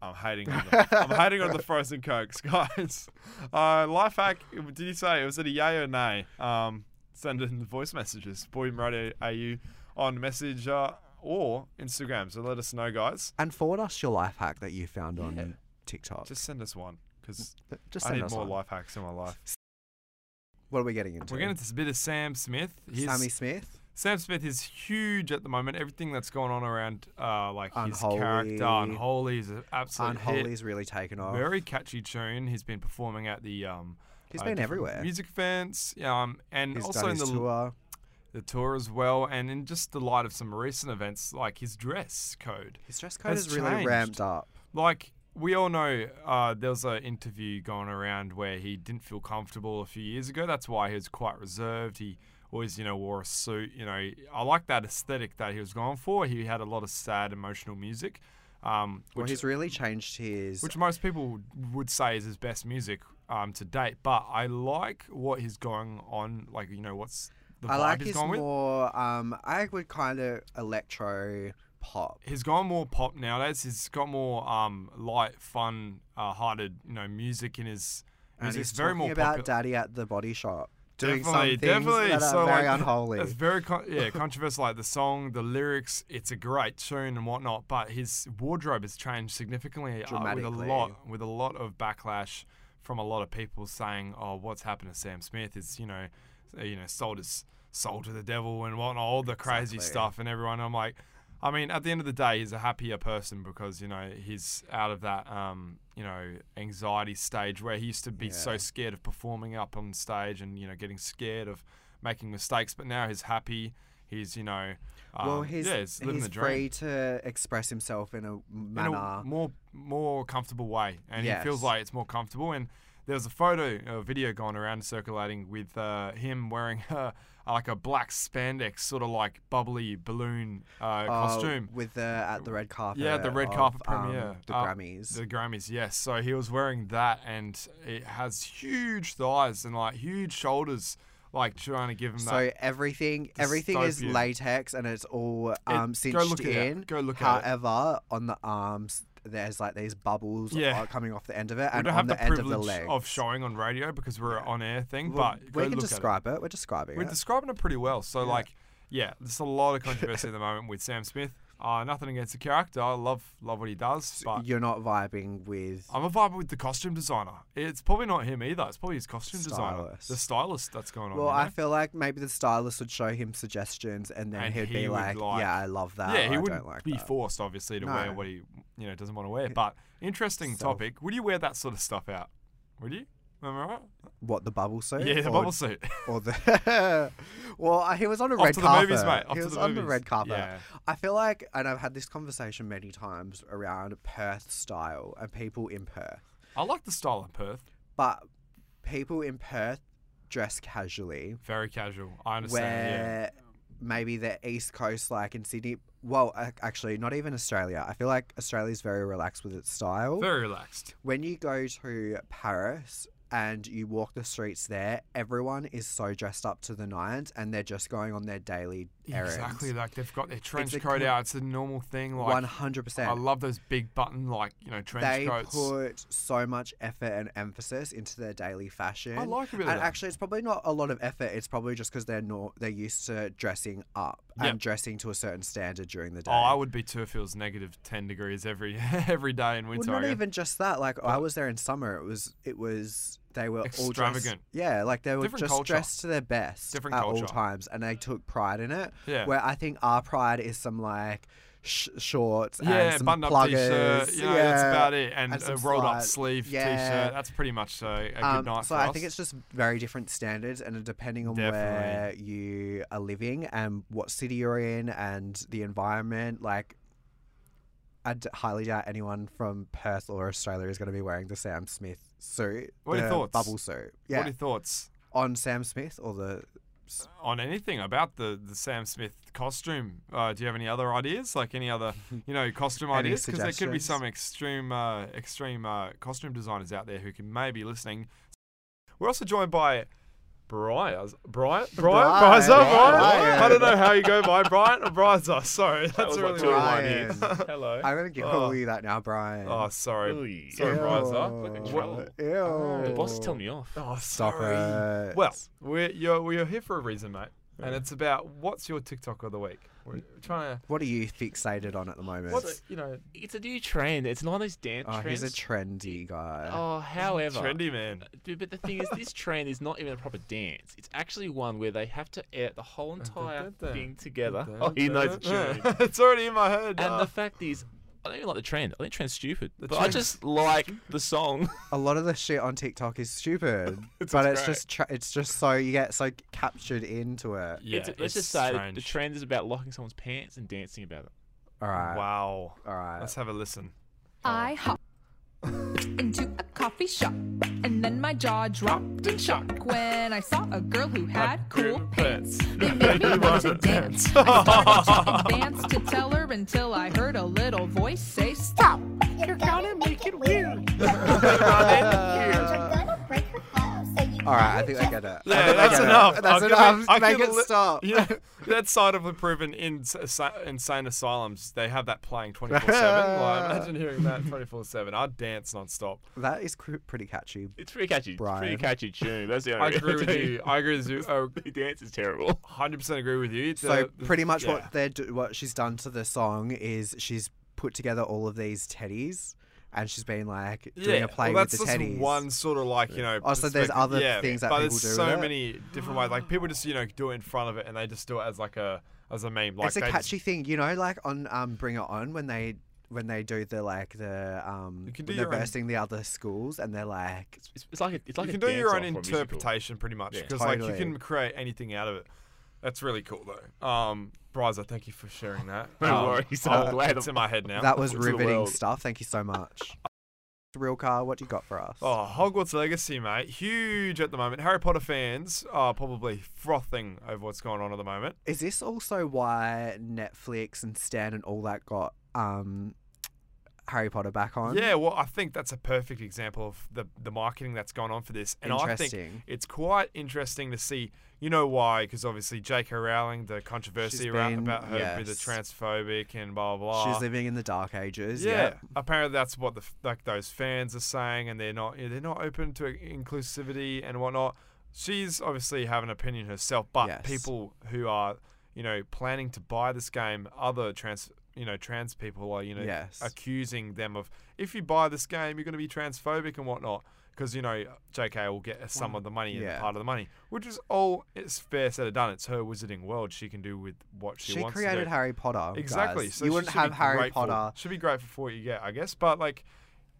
S3: I'm hating on the, I'm hating on the frozen cokes, guys. Uh, life hack? Did you say was it a yay or nay? Um, send in the voice messages. Boy Radio AU on message uh, or Instagram. So let us know, guys.
S2: And forward us your life hack that you found on TikTok. Just,
S3: Just send us one because I
S2: send
S3: need
S2: us
S3: more
S2: one.
S3: life hacks in my life.
S2: What are we getting into?
S3: We're getting into a bit of Sam Smith. His-
S2: Sammy Smith.
S3: Sam Smith is huge at the moment. Everything that's going on around, uh, like
S2: Unholy.
S3: his character, Unholy is an absolute hit.
S2: Unholy's really taken off.
S3: Very catchy tune. He's been performing at the. Um,
S2: He's
S3: uh,
S2: been
S3: different
S2: everywhere.
S3: Music events, um, and
S2: He's
S3: also
S2: done
S3: in
S2: his
S3: the
S2: tour.
S3: the tour as well, and in just the light of some recent events, like his dress code.
S2: His dress code
S3: has
S2: is really
S3: changed.
S2: ramped up.
S3: Like we all know, uh, there was an interview going around where he didn't feel comfortable a few years ago. That's why he was quite reserved. He always, you know, wore a suit. You know, I like that aesthetic that he was going for. He had a lot of sad, emotional music, um,
S2: Well,
S3: which
S2: he's really changed his
S3: which most people would say is his best music um, to date. But I like what he's going on. Like you know, what's the
S2: I
S3: vibe
S2: like
S3: he's
S2: his
S3: going with.
S2: more. Um, I would kind of electro pop.
S3: he's gone more pop nowadays. He's got more um, light, fun, uh, hearted, you know, music in his
S2: And
S3: music.
S2: he's
S3: It's very
S2: talking
S3: more
S2: about
S3: popular.
S2: Daddy at the Body Shop doing some
S3: definitely,
S2: things
S3: definitely.
S2: that are
S3: so
S2: very
S3: like, It's
S2: unholy.
S3: very con- yeah controversial. Like the song, the lyrics, it's a great tune and whatnot. But his wardrobe has changed significantly uh, with a
S2: Dramatically.
S3: lot with a lot of backlash from a lot of people saying, "Oh, what's happened to Sam Smith? Is you know, uh, you know, sold his soul to the devil and whatnot, all the crazy
S2: Exactly.
S3: stuff." And everyone, I'm like. I mean, at the end of the day, he's a happier person because you know he's out of that um, you know anxiety stage where he used to be so scared of performing up on stage and you know getting scared of making mistakes. But now he's happy. He's you know um,
S2: well, he's
S3: yeah, he's living
S2: he's
S3: the
S2: free
S3: dream
S2: to express himself in a
S3: in
S2: manner.
S3: a more more comfortable way, and he feels
S2: Yes.
S3: like it's more comfortable. And there was a photo, a video going around circulating with uh, him wearing uh, like a black spandex, sort of like bubbly balloon uh, costume.
S2: with the at the red carpet.
S3: Yeah, the red
S2: Oh, of,
S3: carpet
S2: um,
S3: premiere,
S2: the
S3: Uh,
S2: Grammys.
S3: the Grammys, yes. So he was wearing that, and it has huge thighs and like huge shoulders, like trying to give him
S2: so
S3: that.
S2: everything, everything is
S3: dystopian.
S2: latex and it's all um, cinched
S3: go look at it.
S2: in.
S3: Go look at it.
S2: However, on the arms, there's like these bubbles
S3: Yeah.
S2: uh, coming off the end of it,
S3: We
S2: and
S3: don't
S2: on
S3: have
S2: the,
S3: the
S2: end of the
S3: privilege
S2: legs.
S3: of showing on radio because we're an on-air thing,
S2: Well,
S3: but
S2: we
S3: go
S2: can
S3: look at it.
S2: describe it. We're describing
S3: We're
S2: it.
S3: describing it pretty well. So like, yeah, there's a lot of controversy at the moment with Sam Smith. Uh, nothing against the character. I love love what he does, but
S2: You're not vibing with.
S3: I'm a vibe with the costume designer. It's probably not him either. It's probably his costume designer, the
S2: Stylist.
S3: stylist that's going on.
S2: Well,
S3: you
S2: I
S3: know?
S2: feel like maybe the stylist would show him suggestions, and then
S3: And
S2: he'd
S3: he
S2: be
S3: would
S2: like,
S3: like-
S2: "Yeah, I love that."
S3: yeah,
S2: or
S3: he
S2: I
S3: wouldn't
S2: don't like
S3: be
S2: that."
S3: forced obviously to wear
S2: No.
S3: what he you know doesn't want to wear. But interesting
S2: Self.
S3: topic. Would you wear that sort of stuff out? Would you? Am I right?
S2: What the bubble suit?
S3: Yeah, the
S2: or,
S3: bubble suit.
S2: or the. well, I- he was on a
S3: Off
S2: red
S3: to the
S2: carpet.
S3: movies, mate. Off
S2: he
S3: to
S2: was
S3: the
S2: on the
S3: movies.
S2: red carpet.
S3: Yeah.
S2: I feel like, and I've had this conversation many times around Perth style and people in Perth,
S3: I like the style of Perth.
S2: but people in Perth dress casually,
S3: Very casual. I understand. yeah.
S2: where maybe the East Coast, like in Sydney. Well, ac- actually, not even Australia. I feel like Australia's very relaxed with its style.
S3: Very relaxed.
S2: when you go to Paris and you walk the streets there, everyone is so dressed up to the nines and they're just going on their daily errands.
S3: Exactly. Like they've got their trench
S2: a
S3: coat
S2: co-
S3: out. It's a normal thing. Like
S2: One hundred
S3: I
S2: percent.
S3: love those big button like you know trench
S2: They
S3: coats.
S2: put so much effort and emphasis into their daily fashion.
S3: I like a bit of
S2: And
S3: that.
S2: actually, it's probably not a lot of effort. It's probably just because they're not they're used to dressing up
S3: Yep.
S2: and dressing to a certain standard during the day.
S3: oh, I would be too if it was negative ten degrees every every day in
S2: Well,
S3: winter.
S2: not
S3: I guess.
S2: even just that. Like I was there in summer. It was it was they were all dressed,
S3: Extravagant.
S2: Yeah, like they were
S3: Different
S2: just
S3: culture.
S2: dressed to their best
S3: Different
S2: at
S3: culture.
S2: all times, and they took pride in it.
S3: Yeah.
S2: Where I think our pride is some like sh- shorts
S3: yeah,
S2: and some
S3: button up
S2: pluggers.
S3: t-shirt. You know,
S2: yeah,
S3: that's about it. And,
S2: and
S3: a
S2: some
S3: rolled up
S2: slides.
S3: sleeve
S2: Yeah.
S3: t-shirt. That's pretty much uh, a good
S2: Um,
S3: night
S2: so
S3: for
S2: I
S3: us.
S2: think it's just very different standards, and depending on where
S3: Definitely.
S2: you are living and what city you're in and the environment, like. I d- highly doubt anyone from Perth or Australia is going to be wearing the Sam Smith suit.
S3: What are your
S2: the
S3: thoughts?
S2: Bubble suit. Yeah.
S3: What are your thoughts
S2: on Sam Smith or the.
S3: on anything about the, the Sam Smith costume? Uh, do you have any other ideas? Like any other you know costume
S2: Any
S3: ideas? Because there could be
S2: suggestions?
S3: some extreme uh, extreme uh, costume designers out there who can maybe listening. We're also joined by. Bryars, Bryant, Bryant,
S2: Bryant.
S3: Bryzer, Bryant.
S2: Bryant.
S3: I don't know how you go by Bryant or Bryzer. Sorry, that's
S6: was
S3: a
S6: like
S3: really
S6: two in
S3: long
S6: one
S3: idea.
S2: Bryant.
S6: Hello.
S2: I'm going to give
S3: Oh.
S2: you that now, Brian.
S3: Oh, sorry,
S6: Ooh.
S3: sorry,
S6: Ew.
S3: Bryzer.
S6: Look at
S3: What-
S6: trouble.
S2: Ew.
S6: the boss is telling me off.
S3: Oh,
S2: Stop
S3: sorry.
S2: it.
S3: Well, we're you're, we're here for a reason, mate, and it's about what's your TikTok of the week. We're
S6: Mm.
S3: trying to.
S2: What are you fixated on at the moment?
S3: What's you know
S6: It's a new trend. It's not those dance
S2: oh,
S6: trends.
S2: he's a trendy guy.
S6: oh, however.
S3: trendy man?
S6: Dude, But the thing is, this trend is not even a proper dance. It's actually one where they have to air the
S3: Oh,
S6: whole entire
S3: dun,
S6: thing together.
S3: dun,
S6: Oh, he
S3: dun,
S6: knows the
S3: dun.
S6: tune.
S3: it's already in my head.
S6: And
S3: uh,
S6: the fact is, I don't even like the trend. I think trend's stupid. But I
S3: trend's
S6: just like the song.
S2: A lot of the shit on TikTok is stupid, but it's just tra- it's just so you get so captured into it.
S3: yeah,
S6: It's- let's
S3: it's
S6: just say that
S3: strange.
S6: the trend is about locking someone's pants and dancing about it.
S2: All right,
S3: Wow.
S2: all right.
S3: Let's have a listen.
S7: I hopped into a coffee shop and then my jaw dropped in shock when I saw a girl who had cool pants. They made me want to dance. I started to advance to tell her until I heard a little voice say, "Stop!
S8: You're gonna make it weird. You're gonna break her balls. So you
S2: all right, I think I get it. I
S3: Yeah,
S2: think I
S3: that's
S2: get it.
S3: enough.
S2: That's
S3: I could-
S2: enough.
S3: I
S2: Make
S3: could
S2: it
S3: li-
S2: stop.
S3: Yeah, that side of improvement in s- asi- insane asylums, they have that playing 24 7. Like, imagine hearing that 24 7. I'd dance non stop.
S2: That is cr- pretty catchy.
S6: It's pretty catchy. It's pretty
S2: Brian.
S6: catchy tune. That's the
S3: I
S6: only
S3: agree with you. I agree with you. Oh,
S6: The dance is terrible.
S3: 100% agree with you.
S2: So
S3: The- the-
S2: pretty much
S3: yeah.
S2: what they're do- what she's done to the song is she's put together all of these teddies and she's been like doing a play
S3: well,
S2: with
S3: that's
S2: the
S3: just
S2: teddies.
S3: one sort of like you know.
S2: Oh, so there's
S3: perspective.
S2: other
S3: yeah,
S2: things that
S3: but
S2: people
S3: there's
S2: do
S3: so
S2: with it?
S3: many different ways. Like people just you know do it in front of it, and they just do it as like a as a meme. Like
S2: it's a
S3: they
S2: catchy thing, you know, like on um, Bring It On when they when they do the like the um
S3: You can
S2: when
S3: do
S2: they're
S3: your own-
S2: versing the other schools and they're like
S6: It's, it's, it's like a, it's
S3: Just,
S6: like
S3: you
S6: a
S3: can do your own
S6: dance-off or a musical.
S3: interpretation pretty much
S6: Yeah.
S3: because like
S2: Totally.
S3: you can create anything out of it. That's really cool though. Um, Bryza, thank you for sharing that.
S6: No
S3: um,
S6: worries, I'm
S3: I'll-
S6: glad
S3: it's
S6: I'm-
S3: in my head now.
S2: that was
S6: to the
S2: riveting
S6: world.
S2: stuff. Thank you so much. real car. What do you got for us?
S3: Oh, Hogwarts Legacy, mate. Huge at the moment. Harry Potter fans are probably frothing over what's going on at the moment.
S2: Is this also why Netflix and Stan and all that got um, Harry Potter back on?
S3: Yeah, well, I think that's a perfect example of the, the marketing that's gone on for this. And I think
S2: Interesting.
S3: it's quite interesting to see, you know, why? Because obviously, J.K. Rowling, the controversy
S2: She's
S3: around
S2: been-
S3: about her being
S2: yes.
S3: transphobic and blah, blah, blah.
S2: She's living in the dark ages.
S3: yeah,
S2: Yeah.
S3: apparently that's what the f- like those fans are saying, and they're not they're not open to inclusivity and whatnot. She's obviously have an opinion herself, but
S2: Yes.
S3: people who are you know planning to buy this game, other trans you know trans people are you know
S2: Yes.
S3: accusing them of if you buy this game, you're going to be transphobic and whatnot. Because you know, J.K. will get some of the money and
S2: Mm. Yeah.
S3: part of the money, which is all it's fair said and done. It's her wizarding world; she can do with what she,
S2: She,
S3: wants. to
S2: created
S3: do.
S2: Harry Potter.
S3: Exactly.
S2: guys.
S3: So
S2: you
S3: she
S2: wouldn't
S3: should be
S2: have Harry
S3: grateful-
S2: Potter.
S3: Should be grateful for what you get, I guess. But like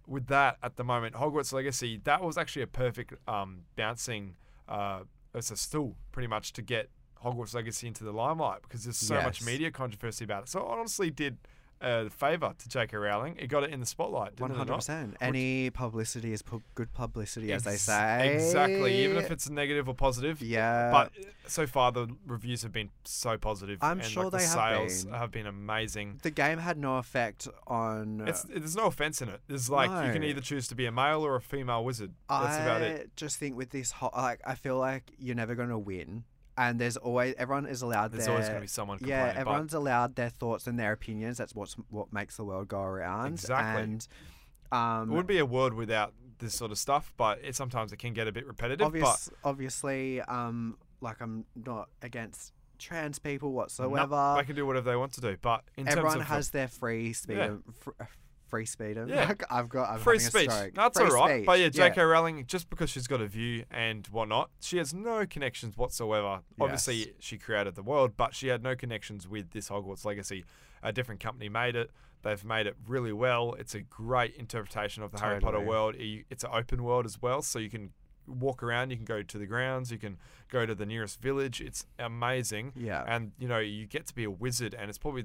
S3: with that at the moment, Hogwarts Legacy, that was actually a perfect um, bouncing. Uh, it's a stool, pretty much, to get Hogwarts Legacy into the limelight because there's so much
S2: Yes.
S3: media controversy about it. So it honestly, did a favour to J.K. Rowling. It got it in the spotlight.
S2: One
S3: didn't it not?
S2: hundred percent. Any publicity is pu- good publicity, as they
S3: Ex-
S2: say.
S3: Exactly. Even if it's negative or positive.
S2: Yeah.
S3: But so far, the reviews have been so positive.
S2: I'm
S3: and
S2: sure
S3: like, the
S2: they have
S3: sales
S2: been.
S3: have been amazing.
S2: the game had no effect on.
S3: It's, there's no offense in it. There's like you can
S2: No.
S3: either choose to be a male or a female wizard. That's
S2: I
S3: about it.
S2: just think with this hot, like, I feel like you're never going to win. And there's always, everyone is allowed
S3: There's
S2: their.
S3: always going to be someone complaining.
S2: Yeah,
S3: but
S2: everyone's allowed their thoughts and their opinions. That's what's what makes the world go around.
S3: Exactly.
S2: And
S3: it
S2: um,
S3: would be a world without this sort of stuff. But it sometimes it can get a bit repetitive.
S2: obvious, obviously, um, like I'm not against trans people
S3: but no,
S2: whatsoever.
S3: they can do whatever they want to do. But in
S2: everyone
S3: terms of
S2: has their free speedom. fr- uh Free speedom.
S3: Yeah.
S2: I've got. I'm
S3: free
S2: having a
S3: speech,
S2: stroke.
S3: that's
S2: Free
S3: all right. But yeah,
S2: speech,
S3: J.K. Rowling, just because she's got a view and whatnot, she has no connections whatsoever. Obviously,
S2: Yes.
S3: she created the world, but she had no connections with this Hogwarts legacy. A different company made it. They've made it really well. It's a great interpretation of the Harry Potter
S2: Totally.
S3: world. You- It's an open world as well, so you can walk around. You can go to the grounds. You can go to the nearest village. It's amazing.
S2: Yeah.
S3: And you know, you get to be a wizard, and it's probably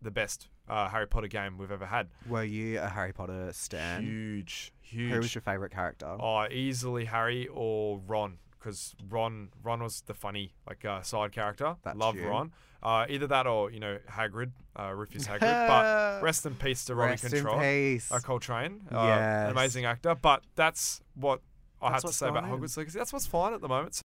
S3: the best uh, Harry Potter game we've ever had.
S2: Were you a Harry Potter stan?
S3: Huge, huge.
S2: Who was your favorite character?
S3: Oh, easily Harry or Ron, because Ron Ron was the funny like uh, side character.
S2: That's
S3: Love
S2: you.
S3: Ron. Uh, either that or you know Hagrid, uh, Rufus Hagrid. but rest in peace to Ronnie
S2: Rest in
S3: Control,
S2: peace.
S3: uh, Coltrane. Uh,
S2: Yes.
S3: an amazing actor. But that's what I
S2: That's
S3: have to
S2: what's
S3: say about
S2: going on.
S3: Hogwarts Legacy. That's what's fine at the moment. So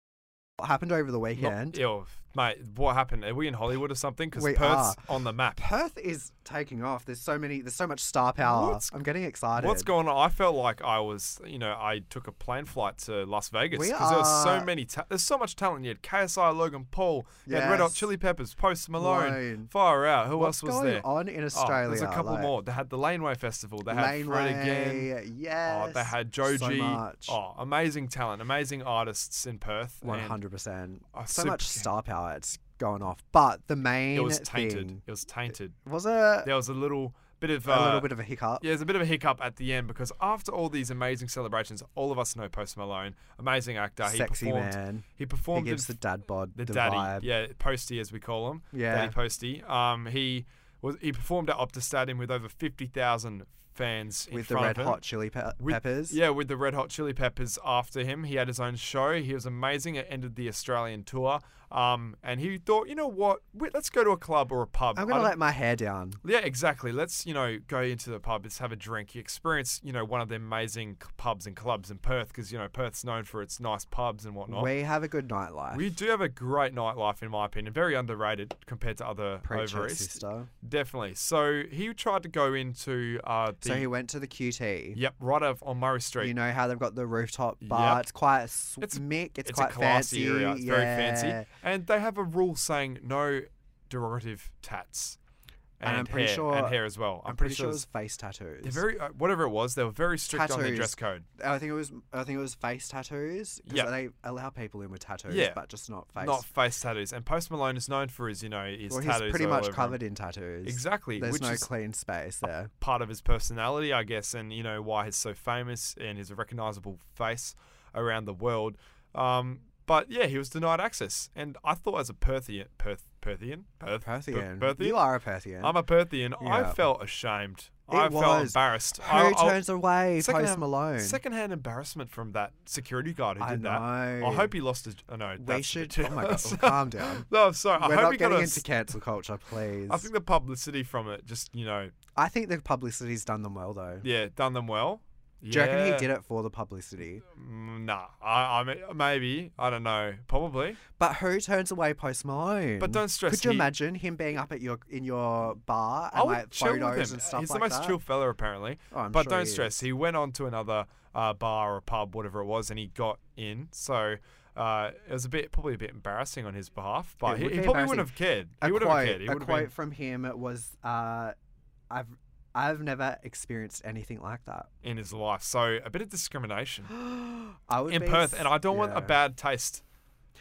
S2: What happened over the
S3: not-
S2: weekend?
S3: ew, mate, what happened? Are we in Hollywood or something? Because
S2: We
S3: Perth's
S2: are.
S3: on the map.
S2: Perth is taking off. There's so many. There's so much star power.
S3: What's-
S2: I'm getting excited.
S3: What's going on? I felt like I was, you know, I took a plane flight to Las Vegas
S2: We
S3: because there was so
S2: are-
S3: many. Ta- there's so much talent. You had KSI, Logan Paul, you had Red Hot
S2: Yes.
S3: Chili Peppers, Post Malone,
S2: Lane.
S3: far out. Who
S2: What's
S3: else was
S2: going
S3: there?
S2: on in
S3: Oh, there's
S2: Australia?
S3: a couple
S2: Like,
S3: more. They had the Laneway Festival. They had Fred again.
S2: Laneway, Yes.
S3: Oh, they had Joji.
S2: So much.
S3: Oh, amazing talent, amazing artists in Perth. and
S2: One hundred percent.
S3: Oh,
S2: So
S3: super-
S2: much star power. It's going off. But the main
S3: It was tainted.
S2: thing
S3: It was tainted.
S2: was a,
S3: There was a little bit of
S2: a
S3: uh,
S2: little bit of a hiccup.
S3: Yeah, there's a bit of a hiccup at the end because after all these amazing celebrations, all of us know Post Malone, amazing actor. He
S2: Sexy
S3: performed,
S2: man.
S3: He
S2: He
S3: performed in
S2: gives the dad bod
S3: the
S2: the,
S3: daddy,
S2: vibe.
S3: yeah, Posty as we call him,
S2: Yeah.
S3: Daddy Posty. Um, he was he performed at Optus Stadium with over fifty thousand fans in
S2: With the
S3: front
S2: red
S3: of him.
S2: hot chili pe-
S3: With-
S2: peppers.
S3: Yeah, with the Red Hot Chili Peppers after him. He had his own show. He was amazing. It ended the Australian tour. Um, and he thought, you know what? Wait, Let's go to a club or a pub.
S2: I'm
S3: I
S2: gonna
S3: don't-
S2: let my hair down.
S3: yeah, exactly. Let's, you know, go into the pub, let's have a drink, you experience, you know, one of the amazing c- pubs and clubs in Perth because, you know, Perth's known for its nice pubs and whatnot.
S2: We have a good nightlife.
S3: we do have a great nightlife, in my opinion, very underrated compared to other
S2: Preach
S3: over
S2: it,
S3: east.
S2: sister.
S3: Definitely. So he tried to go into uh, the.
S2: So he went to the QT.
S3: Yep, right off on Murray Street.
S2: You know how they've got the rooftop bar.
S3: Yep.
S2: It's quite s-
S3: It's-
S2: mick. It's,
S3: it's
S2: quite
S3: a classy
S2: fancy.
S3: area. It's very
S2: yeah.
S3: fancy, and they have a rule saying no derogative tats, and,
S2: And I'm pretty
S3: hair, and
S2: sure-
S3: hair as well.
S2: I'm, pretty sure it
S3: there's-
S2: was face tattoos.
S3: They're very uh, whatever it was. They were very strict on their
S2: Tattoos.
S3: dress code.
S2: I think it was. I think it was face tattoos. 'cause
S3: Yeah.
S2: They allow people in with tattoos,
S3: Yeah.
S2: but just not face.
S3: Not face tattoos. And Post Malone is known for his, you know, his
S2: well,
S3: tattoos.
S2: he's pretty
S3: all
S2: much
S3: over him.
S2: covered in tattoos.
S3: Exactly,
S2: There's
S3: which
S2: no
S3: is- Uh,
S2: clean space there.
S3: Part of his personality, I guess, and you know why he's so famous and his recognizable face around the world. Um, but yeah, he was denied access, and I thought as a Perthian, Perth, Perthian, Perth, Per-
S2: Perthian.
S3: Perthian?
S2: You are a Perthian.
S3: I'm a Perthian. I
S2: Yeah.
S3: felt ashamed I felt
S2: was.
S3: embarrassed.
S2: Who
S3: I, I-
S2: turns away
S3: secondhand-
S2: Post Malone?
S3: Secondhand embarrassment from that security guard who
S2: I
S3: did that.
S2: know.
S3: I hope he lost his. Oh, no,
S2: we
S3: that's
S2: should.
S3: ridiculous.
S2: Oh my god, calm down.
S3: no, I'm sorry. I
S2: We're
S3: hope
S2: not
S3: he got
S2: getting
S3: a
S2: into cancel culture, please.
S3: I think the publicity from it just, you know,
S2: the publicity's done them well, though.
S3: yeah, done them well.
S2: Do you reckon
S3: Yeah.
S2: he did it for the publicity?
S3: Mm, Nah, I, I mean, maybe I don't know, probably.
S2: But who turns away Post Malone?
S3: But don't stress,
S2: Could you
S3: he-
S2: imagine him being up at your in your bar and
S3: I would
S2: like
S3: chill with
S2: photos
S3: him.
S2: and stuff
S3: He's
S2: like
S3: the most
S2: that?
S3: chill fella, apparently.
S2: Oh, I'm
S3: but
S2: sure
S3: don't
S2: he
S3: stress,
S2: is.
S3: he went on to another uh, bar or pub, whatever it was, and he got in. So uh, it was a bit, probably a bit embarrassing on his behalf. But
S2: It
S3: he,
S2: would
S3: he
S2: be
S3: probably
S2: embarrassing.
S3: wouldn't have cared.
S2: A
S3: He would
S2: quote,
S3: have cared. He
S2: a
S3: would have
S2: quote
S3: been.
S2: from him was, uh, "I've I've never experienced anything like that."
S3: in his life. So a bit of discrimination
S2: I would
S3: in
S2: be
S3: Perth,
S2: s-
S3: and I don't want a
S2: yeah.
S3: bad taste,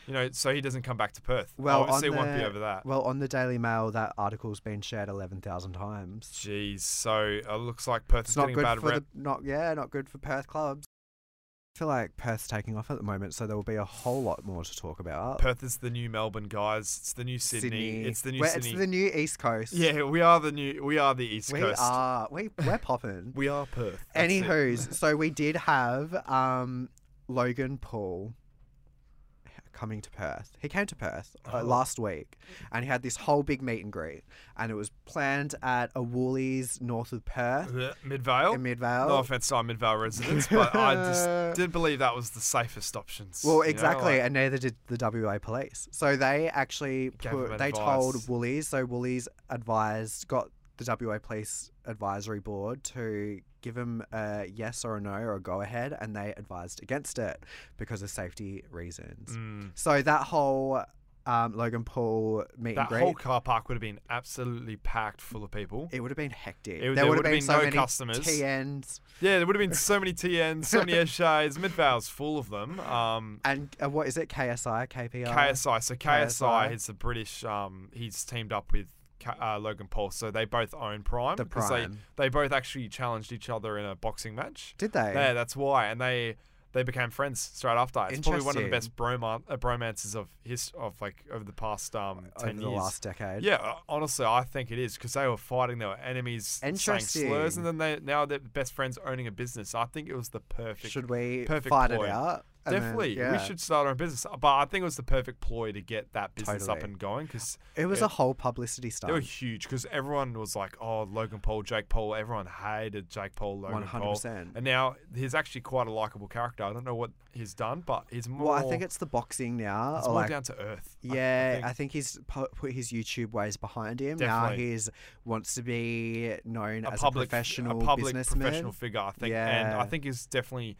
S3: you know. So he doesn't come back to Perth.
S2: Well,
S3: I obviously
S2: on the,
S3: won't be over that.
S2: Well, on the Daily Mail, that article's been shared eleven thousand times.
S3: Jeez, so it looks like Perth
S2: It's
S3: is
S2: not
S3: getting a
S2: good
S3: bad
S2: for
S3: rep.
S2: the not yeah, not good for Perth clubs. I feel like Perth's taking off at the moment, so there will be a whole lot more to talk about.
S3: Perth is the new Melbourne, guys. It's the new Sydney. It's the new
S2: We're-
S3: Sydney.
S2: It's the new East Coast.
S3: yeah, we are the new. We are the East
S2: we
S3: Coast.
S2: are. We we're popping.
S3: We are Perth. That's it.
S2: Anywho's, so we did have um, Logan Paul coming to Perth. He came to Perth uh,
S3: Oh.
S2: last week and he had this whole big meet and greet. And it was planned at a Woolies north of Perth
S3: The Midvale.
S2: in Midvale.
S3: No offense to our Midvale residents, but I just did believe that was the safest options.
S2: Well,
S3: you know,
S2: exactly,
S3: like-
S2: and neither did the WA police. So they actually
S3: Gave
S2: put,
S3: them
S2: they
S3: advice.
S2: told Woolies. So Woolies advised, got the WA police advisory board to give them a yes or a no or a go ahead, and they advised against it because of safety reasons.
S3: Mm.
S2: So that whole um, Logan Paul meet
S3: that
S2: and
S3: whole
S2: greet,
S3: car park would have been absolutely packed full of people.
S2: it would have been hectic.
S3: It-
S2: there
S3: there
S2: would have
S3: would've
S2: been,
S3: been
S2: so
S3: no
S2: many
S3: customers.
S2: TNs,
S3: Yeah, there would have been so many TNs, so many Eshades, Midvale's full of them. Um,
S2: and uh, what is it? KSI, KPI,
S3: KSI. So KSI,
S2: KSI.
S3: is the British. Um, he's teamed up with Ca- uh, Logan Paul, so they both own Prime.
S2: The
S3: 'cause
S2: Prime.
S3: They, they both actually challenged each other in a boxing match.
S2: Did they?
S3: Yeah, that's why, and they they became friends straight after. It's probably one of the
S2: Interesting.
S3: best broman- uh, bromances of his of like over the past um
S2: over
S3: ten
S2: the
S3: years.
S2: last decade.
S3: Yeah, uh, honestly, I think it is because they were fighting, they were enemies, saying slurs,
S2: Interesting.
S3: and then they now they're best friends, owning a business. I think it was the perfect.
S2: Should we
S3: perfect
S2: fight
S3: ploy.
S2: it out? And then-
S3: Definitely, we
S2: yeah.
S3: should start our own business. But I think it was the perfect ploy to get that business up
S2: Totally.
S3: and going because
S2: It was a whole publicity stunt.
S3: they were huge because everyone was like, "Oh, Logan Paul, Jake Paul." Everyone hated Jake Paul, Logan Paul,
S2: 100%.
S3: and now he's actually quite a likable character. I don't know what he's done, but he's more.
S2: well, I think it's the boxing now.
S3: it's
S2: or
S3: more
S2: like,
S3: down to earth. I- I
S2: yeah, I
S3: think.
S2: think, he's pu- put his YouTube ways behind him. Now
S3: Definitely.
S2: he's wants to be known as a professional
S3: a public
S2: businessman.
S3: professional figure, I think. And I
S2: Yeah.
S3: think he's definitely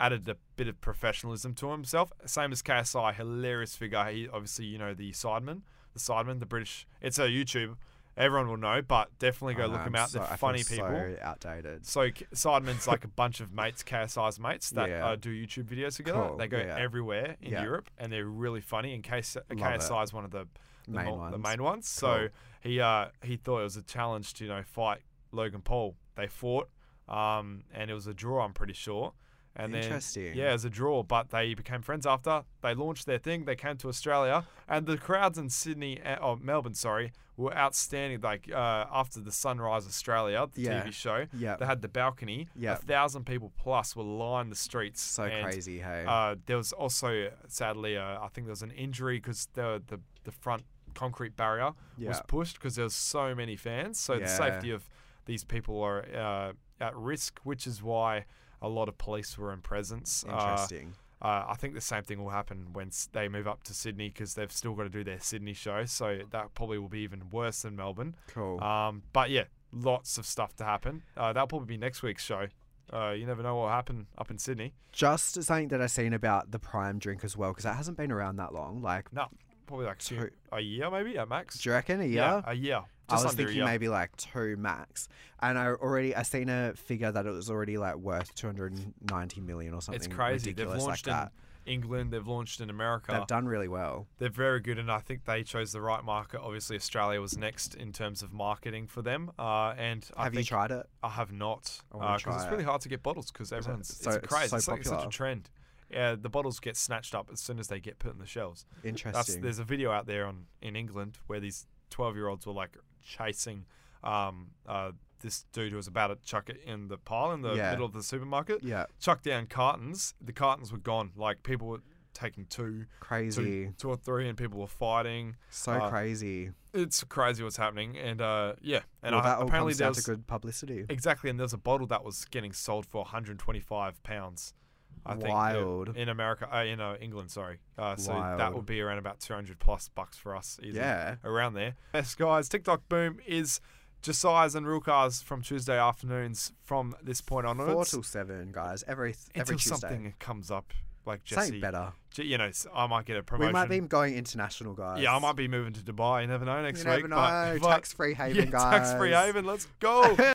S3: added a bit of professionalism to himself. Same as KSI, hilarious figure. He obviously, you know, the sideman, the sideman, the British. It's a YouTube. Everyone will know, but definitely go
S2: I
S3: look
S2: know,
S3: them
S2: I'm
S3: out.
S2: so- I feel
S3: They're funny
S2: so
S3: people.
S2: outdated.
S3: So K- Sidemen's like a bunch of mates, KSI's mates that
S2: Yeah.
S3: uh, do YouTube videos together.
S2: Cool,
S3: They go
S2: yeah.
S3: everywhere in
S2: Yeah.
S3: Europe, and they're really funny. And KS-
S2: Love it.
S3: KSI is one of the the
S2: Main
S3: mo- the
S2: ones.
S3: main ones. So he uh, he thought it was a challenge to you know fight Logan Paul. They fought, um, and it was a draw. I'm pretty sure. And then,
S2: Interesting.
S3: yeah, it was a draw, but they became friends after. They launched their thing. They came to Australia, and the crowds in Sydney, uh, oh Melbourne, sorry, were outstanding. Like uh, after the Sunrise Australia, the
S2: Yeah.
S3: TV show,
S2: Yeah.
S3: they had the balcony.
S2: Yeah.
S3: a thousand people plus were lined the streets.
S2: So
S3: and,
S2: crazy, hey.
S3: Uh, there was also sadly, uh, I think there was an injury because the, the the front concrete barrier was
S2: Yeah.
S3: pushed because there was so many fans. So the
S2: Yeah.
S3: safety of these people are uh, at risk, which is why a lot of police were in presence. Uh,
S2: Interesting.
S3: uh, I think the same thing will happen when s- they move up to Sydney because they've still got to do their Sydney show. So that probably will be even worse than Melbourne.
S2: Cool.
S3: Um, but yeah, lots of stuff to happen. Uh, that'll probably be next week's show. Uh, you never know what will happen up in Sydney.
S2: Just something that I've seen about the prime drink as well, because that hasn't been around that long. Like,
S3: No, probably like two,
S2: Two-
S3: a year maybe at max.
S2: do you reckon a year?
S3: a year.
S2: I
S3: Just
S2: was
S3: under a
S2: thinking
S3: year.
S2: maybe like two max, and I already I seen a figure that it was already like worth two hundred and ninety million or something.
S3: It's crazy. They've
S2: Ridiculous
S3: launched
S2: like
S3: in England. They've launched in America.
S2: that. They've done really well.
S3: They're very good, and I think they chose the right market. Obviously, Australia was next in terms of marketing for them. Uh, and I
S2: Have you
S3: think
S2: tried it?
S3: I have not
S2: I wanna
S3: because it's
S2: try
S3: really
S2: it.
S3: hard to get bottles because everyone's
S2: so-
S3: it's
S2: it's
S3: crazy.
S2: so
S3: It's, like such a
S2: popular.
S3: trend. Yeah, the bottles get snatched up as soon as they get put in the shelves. That's,
S2: Interesting.
S3: there's a video out there on in England where these 12 year olds were like chasing um, uh, this dude who was about to chuck it in the pile in the
S2: Yeah.
S3: middle of the supermarket.
S2: Yeah.
S3: Chucked down cartons. The cartons were gone. Like people were taking two,
S2: Crazy.
S3: two, two or three, and people were fighting.
S2: So
S3: Uh,
S2: crazy.
S3: It's crazy what's happening. And uh, yeah, and
S2: well,
S3: I,
S2: that all
S3: apparently
S2: comes down
S3: there's
S2: to good publicity.
S3: exactly, and there's a bottle that was getting sold for 125 pounds. I think yeah,
S2: Wild.
S3: in America, uh, in uh, England, sorry. Uh, so that
S2: Wild.
S3: would be around about 200 plus bucks for us. Easy
S2: Yeah.
S3: around there. Yes, guys, TikTok boom is Josiah's and Real Cars from Tuesday afternoons from this point onwards.
S2: Four till seven, guys. Every th- every
S3: until
S2: Tuesday.
S3: something comes up, like Jesse.
S2: Something better.
S3: J- You know, s- I might get a
S2: We
S3: promotion.
S2: might be going international, guys.
S3: Yeah, I might be moving to Dubai. You never know next
S2: never
S3: week. but-
S2: know.
S3: but-
S2: Tax-free haven,
S3: yeah, Tax free
S2: guys.
S3: haven. Let's go.